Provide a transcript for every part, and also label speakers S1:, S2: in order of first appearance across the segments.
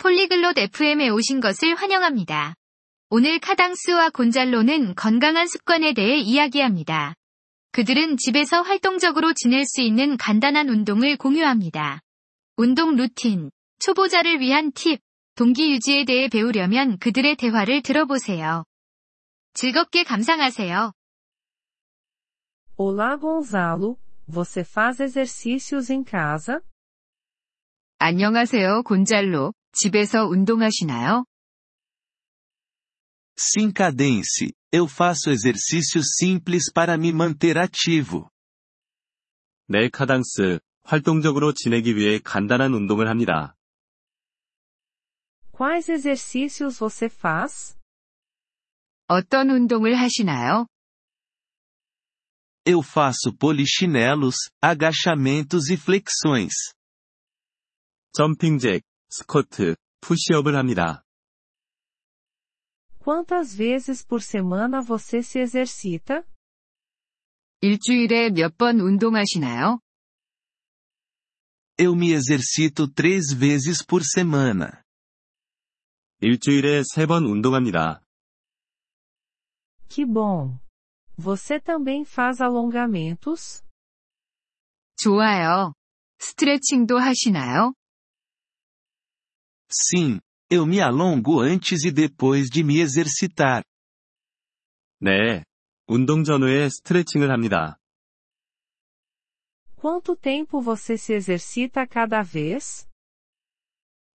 S1: 폴리글롯 FM에 오신 것을 환영합니다. 오늘 카당스와 곤잘로는 건강한 습관에 대해 이야기합니다. 그들은 집에서 활동적으로 지낼 수 있는 간단한 운동을 공유합니다. 운동 루틴, 초보자를 위한 팁, 동기 유지에 대해 배우려면 그들의 대화를 들어보세요. 즐겁게 감상하세요.
S2: Olá, Gonzalo. Você faz exercícios em casa?
S1: 안녕하세요, 곤잘로. 집에서 운동하시나요?
S3: Sim, Cadence. Eu faço exercícios simples para me manter ativo.
S4: 네, 카당스. 활동적으로 지내기 위해 간단한 운동을 합니다.
S2: Quais exercícios você faz?
S1: 어떤 운동을 하시나요?
S3: Eu faço polichinelos, agachamentos e flexões.
S4: 점핑잭, 스쿼트, 푸시업을 합니다.
S2: Quantas vezes por semana você se exercita?
S1: 일주일에 몇 번 운동하시나요?
S3: Eu me exercito três vezes por semana.
S4: 일주일에 세 번 운동합니다.
S2: Que bom! Você também faz alongamentos?
S1: 좋아요. 스트레칭도 하시나요?
S3: Sim, eu me alongo antes e depois de me exercitar.
S4: 네. 운동 전후에 스트레칭을 합니다.
S2: Quanto tempo você se exercita cada vez?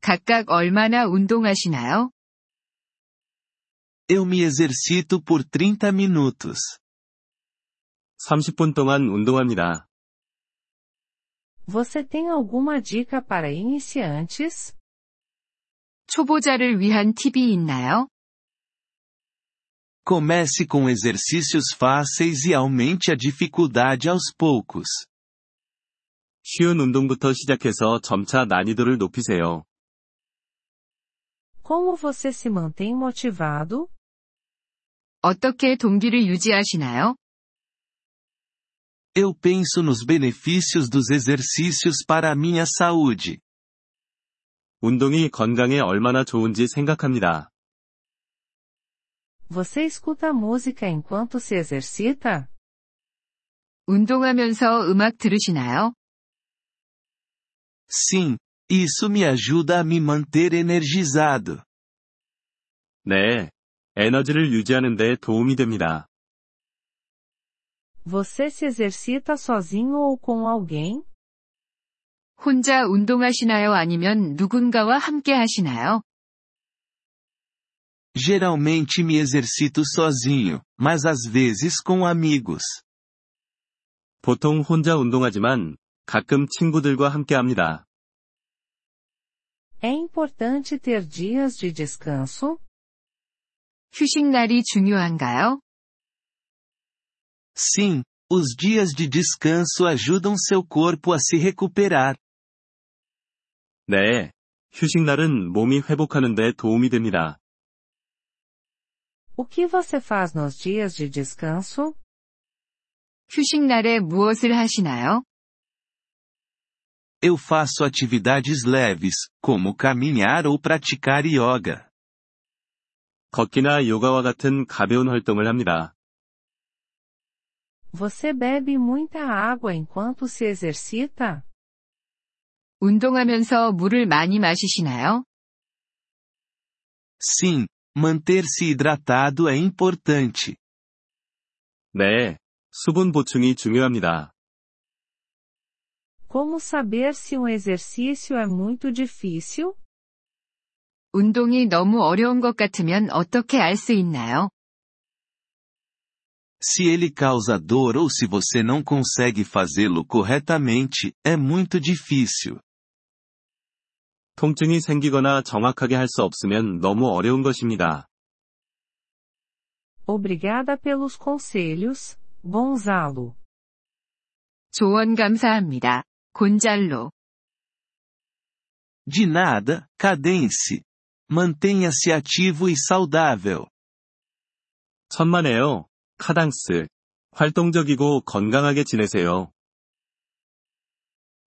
S1: 각각 얼마나 운동하시나요?
S3: Eu me exercito por 30 minutos.
S4: 30분 동안 운동합니다.
S2: Você tem alguma dica para iniciantes?
S1: 초보자를 위한 팁이 있나요?
S3: Comece com exercícios fáceis e aumente a dificuldade aos poucos.
S4: 쉬운 운동부터 시작해서 점차 난이도를 높이세요.
S2: Como você se mantém motivado?
S1: 어떻게 동기를 유지하시나요?
S3: Eu penso nos benefícios dos exercícios para a minha saúde.
S4: 운동이 건강에 얼마나 좋은지 생각합니다.
S2: Você escuta música enquanto se exercita?
S1: 운동하면서 음악 들으시나요?
S3: Sim, isso me ajuda a me manter energizado.
S4: 네. 에너지를 유지하는 데 도움이 됩니다.
S2: Você se exercita sozinho ou com alguém?
S1: 혼자 운동하시나요? 아니면 누군가와 함께 하시나요?
S3: Geralmente me exercito sozinho, mas às vezes com amigos.
S4: 보통 혼자 운동하지만 가끔 친구들과 함께 합니다.
S2: É importante ter dias de descanso?
S1: 휴식날이 중요한가요?
S3: Sim, os dias de descanso ajudam seu corpo a se recuperar.
S4: 네. 휴식날은 몸이 회복하는 데 도움이 됩니다.
S2: O que você faz nos dias de descanso?
S1: 휴식날에 무엇을 하시나요?
S3: Eu faço atividades leves, como caminhar ou praticar yoga.
S4: 걷기나 요가와 같은 가벼운 활동을 합니다.
S2: Você bebe muita água enquanto se exercita?
S1: 운동하면서 물을 많이 마시시나요?
S3: Sim, manter-se hidratado é importante.
S4: 네. 수분 보충이 중요합니다.
S2: Como saber se um exercício é muito difícil?
S1: 운동이 너무 어려운 것 같으면 어떻게 알 수 있나요?
S3: Se ele causa dor ou se você não consegue fazê-lo corretamente, é muito difícil.
S4: 통증이 생기거나 정확하게 할 수 없으면 너무 어려운 것입니다.
S2: Obrigada pelos conselhos, Gonzalo.
S1: 조언 감사합니다. 곤잘로.
S3: De nada, cadence. Mantenha-se ativo e saudável.
S4: 천만에요. 카당스. 활동적이고 건강하게 지내세요.